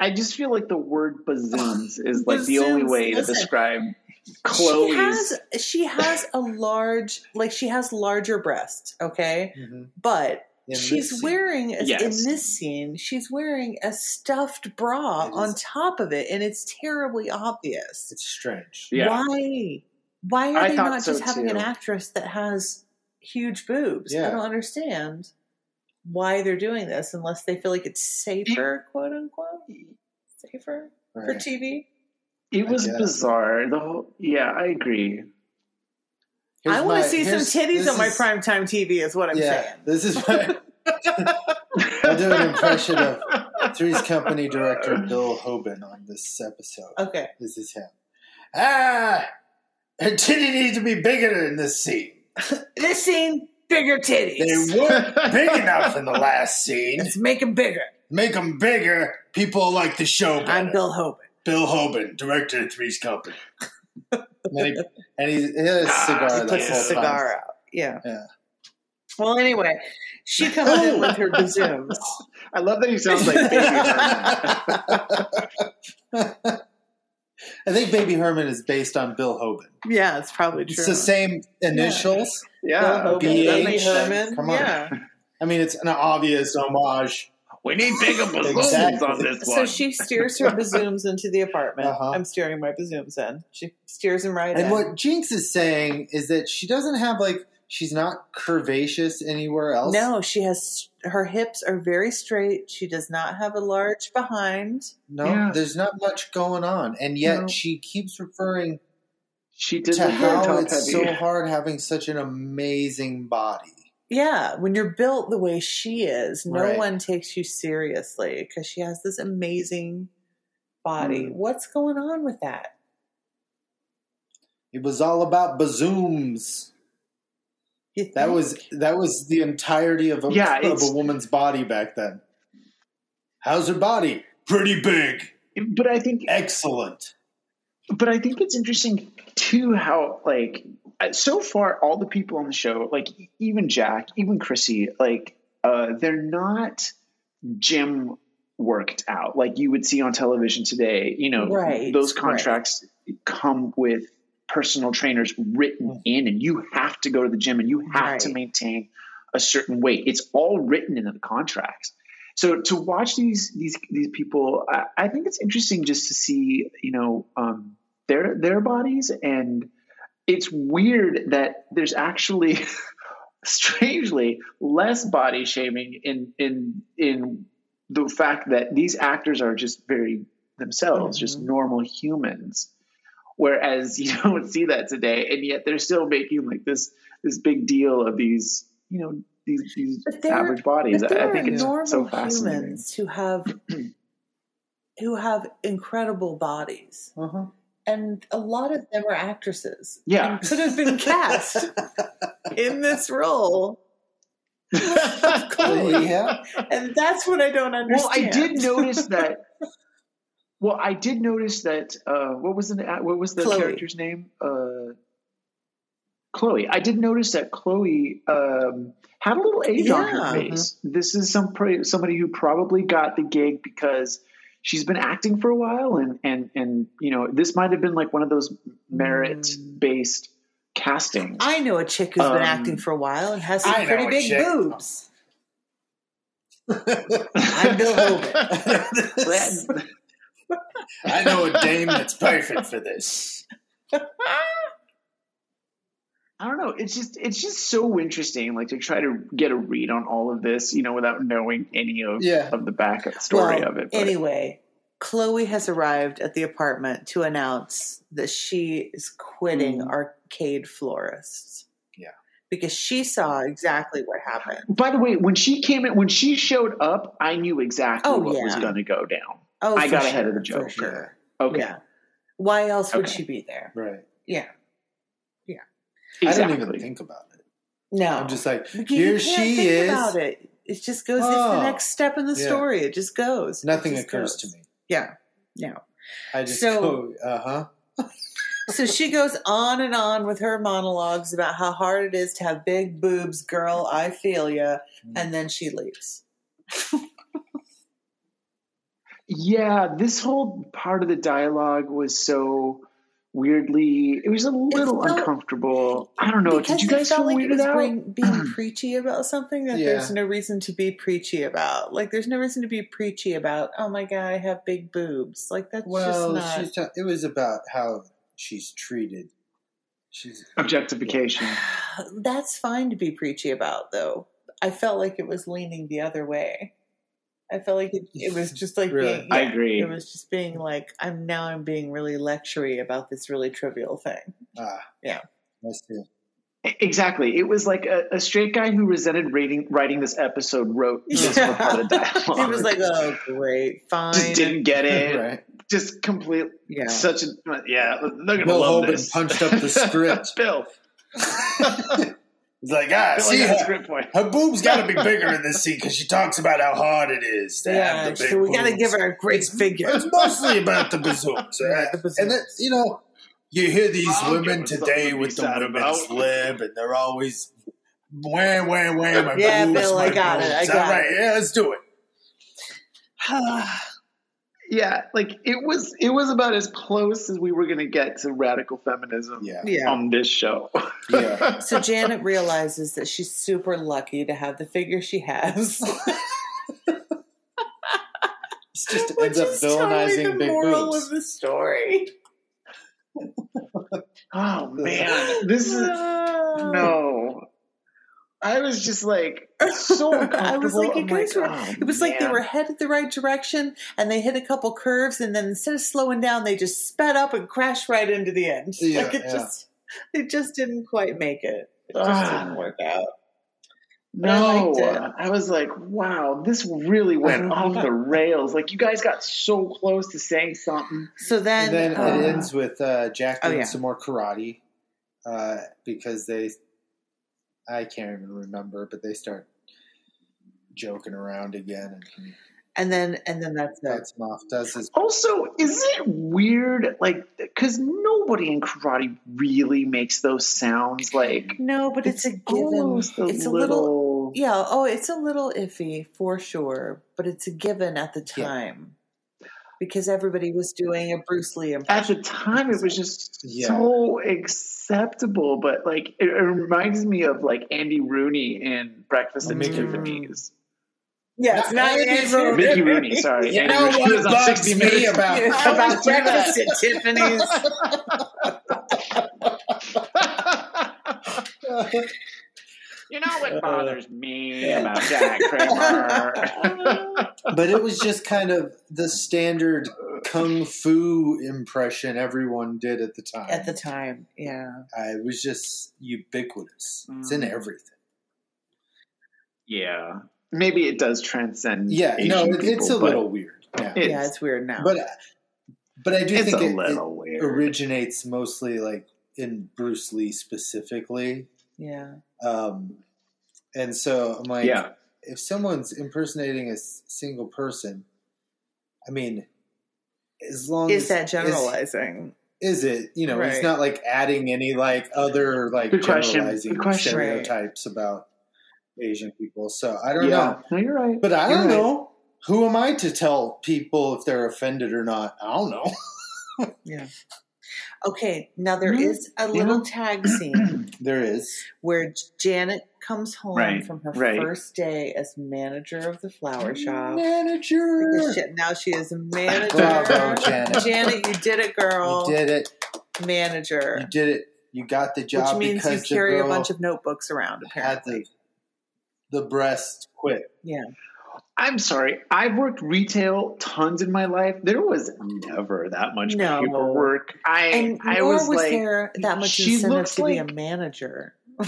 I just feel like the word bazooms is like the Bazooms, only way to listen. describe She Chloe's. has she has a large like she has larger breasts, okay? Mhm. But In this she's scene. wearing a, Yes. in this scene, she's wearing a stuffed bra It is- on top of it and it's terribly obvious. It's strange. Yeah. Why? Why are I they thought not so, just having an too. actress that has huge boobs? I Yeah. don't understand why they're doing this unless they feel like it's safer, quote unquote. Safer? for Right. TV. It I was guess. bizarre. The whole, yeah, I agree. Here's I want my- to see some here's- titties this on my is- primetime TV, is what I'm yeah, saying. this is my, I'll do an impression of Three's Company director Bill Hoban on this episode. Okay. This is him. Ah, her titty needs to be bigger in this scene. This scene, bigger They titties. weren't big enough in the last scene. Let's make them bigger. Make them bigger. People like the show. better. I'm Bill Hoban. Bill Hoban, director of Three's Company. and he, and he, he had a cigar. he the Puts a whole cigar time. out. Yeah. Yeah. Well, anyway, she comes in with her bazooms. I love that he sounds like Baby Herman. I think Baby Herman is based on Bill Hoban. Yeah, it's probably true. It's the same initials. Yeah, Bill Hoban, BH. Bethany Herman. Come on. Yeah. I mean, it's an obvious homage. we need bigger balloons Exactly. on this So one. she steers her bazooms into the apartment. Uh-huh. I'm steering my bazooms in. She steers them right in. And what Jinx is saying is that she doesn't have like she's not curvaceous anywhere else. No, she has her hips are very straight. She does not have a large behind. no, Yeah. there's not much going on, and yet No. she keeps referring She did to look very how top it's heavy. so hard having such an amazing body. Yeah, when you're built the way she is, no Right. one takes you seriously because she has this amazing body. Hmm. What's going on with that? It was all about bazooms. You think? That was that was the entirety of a, Yeah, of it's- a woman's body back then. How's her body? Pretty big. but I think Excellent. but I think it's interesting too how like uh, so far all the people on the show like e, even Jack even Chrissy like uh, they're not gym worked out like you would see on television today you know Right, those right. contracts come with personal trainers written in, and you have to go to the gym and you have to Right. maintain a certain weight. It's all written into the contracts. So to watch these these these people, I, I think it's interesting just to see you know um, their their bodies, and it's weird that there's actually strangely less body shaming in in in the fact that these actors are just very themselves, just Mm-hmm. normal humans. Whereas you don't see that today, and yet they're still making like this this big deal of these you know these these But they're- average bodies. But there I, I think are it's normal so fascinating. humans who have who have incredible bodies, Uh-huh. and a lot of them are actresses. Yeah. and could have been cast in this role, Oh, Yeah. and that's what I don't Well, I understand. did notice that. Well, I did notice that. Uh, what was the what was the Chloe. character's name? Uh, Chloe. I did notice that Chloe um, had a little age on Yeah. her uh-huh. face. This is some pra- somebody who probably got the gig because she's been acting for a while, and and and you know this might have been like one of those merit based castings. Hmm. I know a chick who's Um, been acting for a while and has some I know pretty a big chick. boobs. I'm Bill Hobart. That- I know a dame that's perfect for this. I don't know. It's just it's just so interesting, like to try to get a read on all of this, you know, without knowing any of Yeah. of the back story Well, of it. But Anyway, Chloe has arrived at the apartment to announce that she is quitting Arcade Florists. Hmm. Yeah. Because she saw exactly what happened. by the way, when she came in, when she showed up, I knew exactly Oh, what yeah. was going to go down. Oh, I for got sure, ahead of the For joke. sure. Okay, Yeah. Why else would Okay. she be there? Right. Yeah. I didn't exactly. even think about it. No. I'm just like, Because you here can't she think is. About it. it just goes. It's Oh. the next step in the Yeah. story. It just goes. It Nothing just occurs goes. to me. Yeah. No. I just So- go, uh huh. So she goes on and on with her monologues about how hard it is to have big boobs, girl. I feel ya. And then she leaves. Yeah, this whole part of the dialogue was so weirdly. It was a little felt- uncomfortable. I don't know. Because Did you it guys felt feel like it weirded was out? bring- being preachy about something that Yeah. there's no reason to be preachy about. Like there's no reason to be preachy about. Oh my god, I have big boobs. Like that's Well, just not. she's ta- it was about how she's treated. She's Objectification. That's fine to be preachy about, though. I felt like it was leaning the other way. I felt like it, it was just like Really? being, I agree. It was just being like, I'm now I'm being really lectury about this really trivial thing. ah Yeah. I see. E, Exactly. It was like a, a straight guy who resented reading, writing this episode wrote this Yeah. part of the dialogue. It was like, oh great, fine, just didn't get it. Right. Just complete. yeah. Such a yeah. They're gonna Bill love Holden this. punched up the script. Bill. It's like, ah, Bill, see, I got a her, script point. her boobs got to be bigger in this scene because she talks about how hard it is to yeah, have the big so we got to boobs. give her a great figure. It's mostly about the bazooms. eh? And then, you know, You hear these I'll give women her something today to be with the sad women's about. lib, and they're always wham, wham, wham. My Yeah, boobs, Bill, I my got it, I boobs. got All right, it. yeah, let's do it. Yeah, like it was. It was about as close as we were gonna get to radical feminism. yeah. yeah. On this show. Yeah. So Janet realizes that she's super lucky to have the figure she has. It's just it Which ends up is villainizing totally the big moral boobs. of the story. Oh man, this is no. I was just like so uncomfortable. I was like, you I'm guys were. oh, it was like they man. were headed the right direction, and they hit a couple curves, and then instead of slowing down, they just sped up and crashed right into the end. Yeah, like it yeah. just, it just didn't quite make it. It just Ah. didn't work out. But I No, liked it. I, was like, wow, this really went off the rails. Like you guys got so close to saying something. So then, And then uh, it ends with uh, Jack oh, doing yeah. some more karate uh, because they, I can't even remember, but they start joking around again, and and then, and then that's it. that's off. Does his Also, is it weird? Like, because nobody in karate really makes those sounds. Like, No, but it's, a given. almost a it's a little. little, yeah. Oh, it's a little iffy for sure, but it's a given at the Yeah. time. because everybody was doing a Bruce Lee impression. at the time it was just Yeah. so acceptable but like it, it reminds me of like andy rooney in breakfast at Mickey tiffany's Yeah, it's not Andrew mickey rooney sorry You Andy know Rooney. He what was on bugs 60 me Minutes. about about about breakfast that? at Tiffany's. you know Uh, what bothers me about jack kramer but it was just kind of the standard kung fu impression everyone did at the time. At the time, yeah. Uh, it was just ubiquitous. It's in Mm. everything. yeah maybe it does transcend Yeah, Asian no, it, people, it's a but little weird. Yeah. it's, yeah, it's weird now. But but I do it's think a it, it little weird originates mostly like in Bruce Lee specifically. yeah. Um, and so I'm like, yeah if someone's impersonating a s- single person, I mean, as long Is as that is- generalizing? is it you know Right. it's not like adding any like other like Good question. generalizing Good question. Right. stereotypes about asian people so i don't yeah know no you're right but i You're don't right. know who am i to tell people if they're offended or not i don't know Okay, now there Mhm. is a little tag scene there is where Janet comes home Right, from her right. first day as manager of the flower shop. manager Shit, Now she is a manager. Bravo, Janet. Janet, you did it, you girl. did it Manager. you did it you got the job Which means you because carry the a girl bunch of notebooks around, had apparently. the, the breast quit Yeah. I'm sorry. I've worked retail tons in my life. There was never that much No. paperwork. I And I nor was, was, like, there that much she incentive looks to be a like- manager.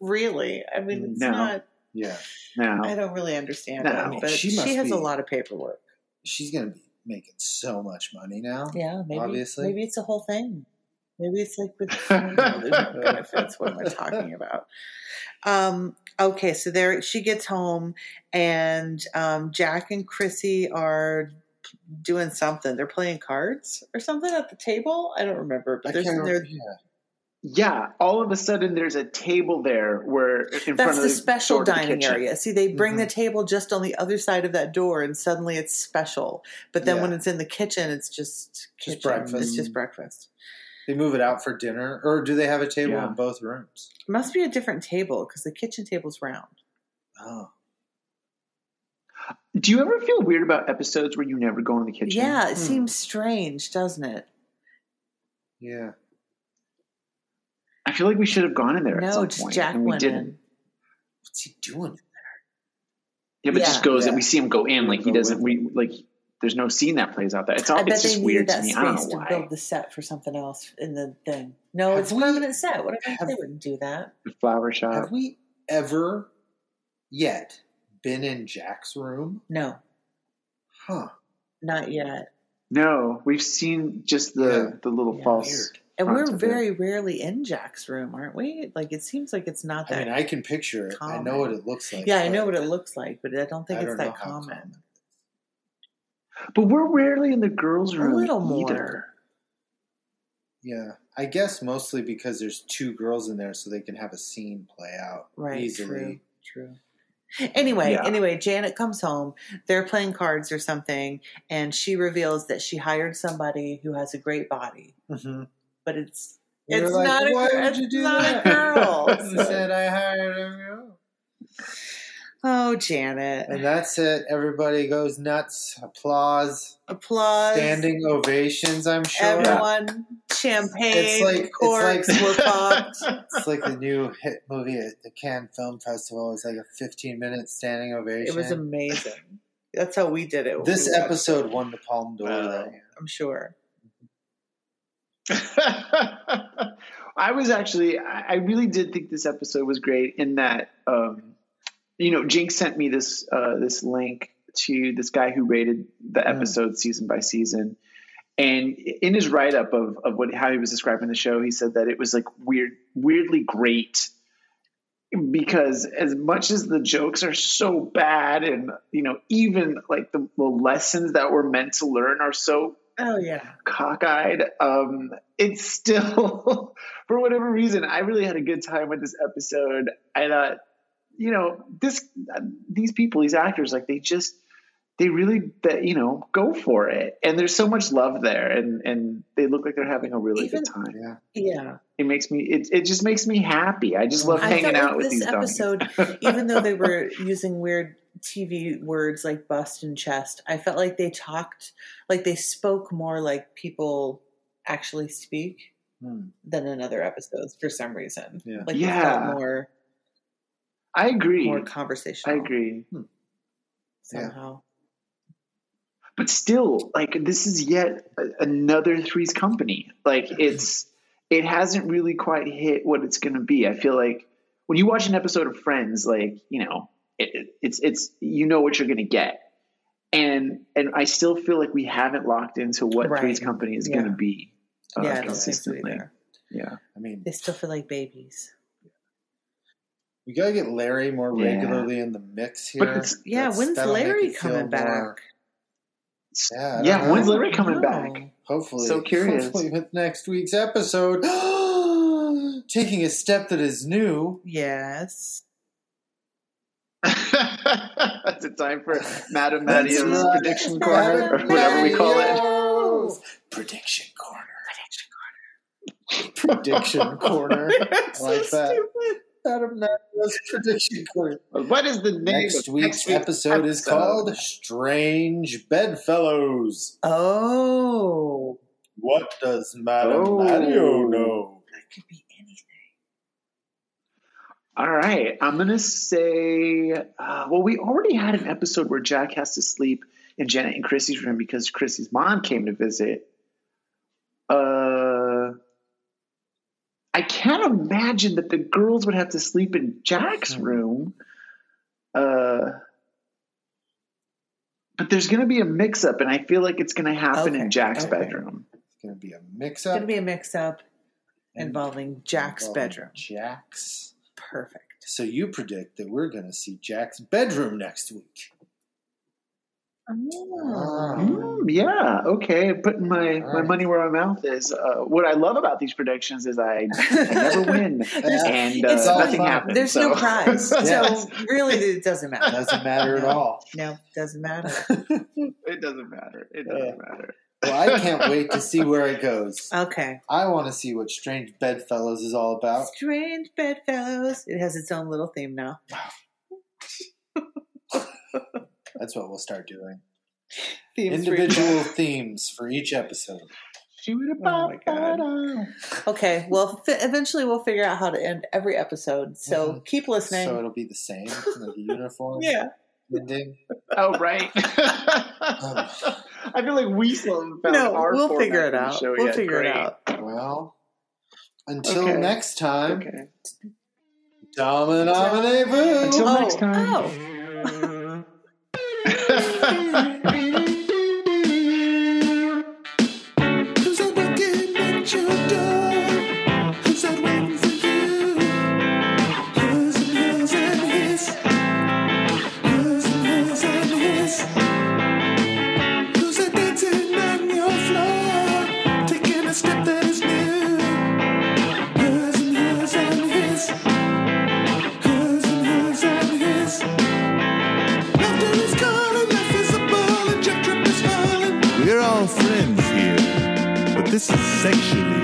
really? I mean, it's No. not. yeah I no. don't really understand No. that, I mean, but she, she must has be- a lot of paperwork. she's gonna be making so much money now Yeah, maybe Obviously. maybe it's a whole thing. Maybe it's like with I don't know, there's no benefits. What am I talking about? Um, okay, so there she gets home, and um, Jack and Chrissy are doing something. They're playing cards or something at the table. I don't remember, I but there's can't- there, yeah. Yeah. All of a sudden, there's a table there where in front that's of the special door to the dining kitchen. Mm-hmm. area. See, they bring Mhm. the table just on the other side of that door, and suddenly it's special. But then Yeah. when it's in the kitchen, it's just kitchen. Just breakfast. It's just breakfast. They move it out for dinner, or do they have a table Yeah. in both rooms? must be a different table because the kitchen table's round. Oh, Do you ever feel weird about episodes where you never go in the kitchen? Yeah, it Hmm. seems strange, doesn't it? yeah. I feel like we should have gone in there. at no, some just point, Jack and we went didn't. in. What's he doing? Yeah, but Yeah. just goes and Yeah. we see him go in. Like he Go doesn't. in. We like. There's no scene that plays out. That it's all. I Oh, it's bet they just needed weird to that me. I don't space know to why. build the set for something else in the thing. No, Have Oh, it's a we- permanent set. What if have- they wouldn't do that? The flower shop. Have we ever yet been in Jack's room? No, Huh. not yet. no, we've seen just the Yeah. the little Yeah. false. Weird. And Not we're today. very rarely in Jack's room, aren't we? Like it seems like it's not I that. mean, I can picture it. I know what it looks like. yeah, I know but what it looks like, but I don't think I it's don't know that how common. common. But we're rarely in the girls' A room little more. either. Yeah, I guess mostly because there's two girls in there, so they can have a scene play out Right, easily. True. Anyway, Yeah. anyway, Janet comes home. They're playing cards or something, and she reveals that she hired somebody who has a great body, Mm-hmm. but it's You're it's like, not a "Why girl. would It's you do not that?" a girl. He said, "I hired a girl." oh, Janet! And that's it. Everybody goes nuts. Applause. Applause. Standing ovations, I'm sure. Everyone, champagne, It's like- it's corks like- were popped. It's like the new hit movie at the Cannes Film Festival. It's like a 15 minute standing ovation. it was amazing. That's how we did it. when this we watched episode won the Palme d'Or. Wow. that year. it, I'm sure. I was actually, I I really did think this episode was great in that, um, you know, Jinx sent me this uh, this link to this guy who rated the Mm. episode season by season, and in his write up of of what how he was describing the show, he said that it was like weird, weirdly great because as much as the jokes are so bad and you know even like the, the lessons that we're meant to learn are so Oh yeah. cockeyed. Um, it's still, for whatever reason, I really had a good time with this uh, episode. I thought, you know, this these people, these actors, like they just they really that you know go for it and there's so much love there and and they look like they're having a really Even- good time Yeah. Yeah. it makes me it, it just makes me happy i just love I hanging felt out like with this these donkeys. episode, even though they were using weird TV words like bust and chest, I felt like they talked, like they spoke more like people actually speak Hmm. than in other episodes for some reason. Yeah. Like Yeah. it felt more i agree more i conversational. agree Yeah. Somehow. but still like this is yet a- another threes company like it's it hasn't really quite hit what it's going to be i feel like when you watch an episode of friends like you know it, it- it's it's you know what you're going to get and and i still feel like we haven't locked into what Right. threes company is Yeah. going to be uh, yeah, I don't think so consistently either. yeah I mean, They still feel like babies. we gotta get Larry more Yeah. regularly in the mix here. But it's- Yeah, That's- when's that'll make Larry it feel coming more- back? Yeah, I don't yeah know. when's larry coming No. back Hopefully, So curious. Hopefully, with next week's episode, taking a step that is new. Yes. Is it time for Madam Maddie's right. prediction corner or Adam whatever we call it? Matthews. Prediction corner. Prediction corner. I like that. Adam Matthews prediction corner. What is the name Next of week's episode is called "Strange Bedfellows." Oh. What does Madame Oh. Mario know? That could be anything. All right, I'm gonna say. Uh, well, we already had an episode where Jack has to sleep in Janet and Chrissy's room because Chrissy's mom came to visit. Uh, I can't imagine that the girls would have to sleep in Jack's Mm-hmm. room. Uh, but there's gonna be a mix-up, and I feel like it's gonna happen Okay, in Jack's okay. bedroom. It's going to be a It's mix-up. going to be a mix up involving Jack's Involving bedroom. Jack's. Perfect. So you predict that we're going to see Jack's bedroom next week. Ah. Um, Mm, yeah. Okay. Putting my, All my right. money where my mouth is. Uh, what I love about these predictions is I, I never win, Yeah. and uh, It's all nothing fun. happens. There's no so. prize. Yes. So really, it doesn't matter. Doesn't matter at all. No, doesn't matter. it doesn't matter. It Yeah. doesn't matter. Well, I can't wait to see where it goes. Okay. I want to see what Strange Bedfellows is all about. Strange bedfellows. It has its own little theme now. That's what we'll start doing. Themes for each- Individual themes for each episode. Shoot a Oh my God. Okay. Well, f- eventually we'll figure out how to end every episode. So Mm-hmm. Mhm. keep listening. So it'll be the same, like a uniform yeah. ending. Oh right. Oh, I feel like we still haven't found No, our we'll format figure for it the out. show We'll yet. figure Great. it out. Well, until Okay. next time, Okay. Dominaminavoo! Until oh, next time. Oh. Who's that knocking at your door? Who's that waiting for you? Hers and hers and his. Hers and hers and his. Who's that dancing on your floor? Taking a step that is new. Hers and hers and his. Hers and hers and his. Laughter is calling, life is a ball, and your trip is falling. We're all friends here, but this is sexually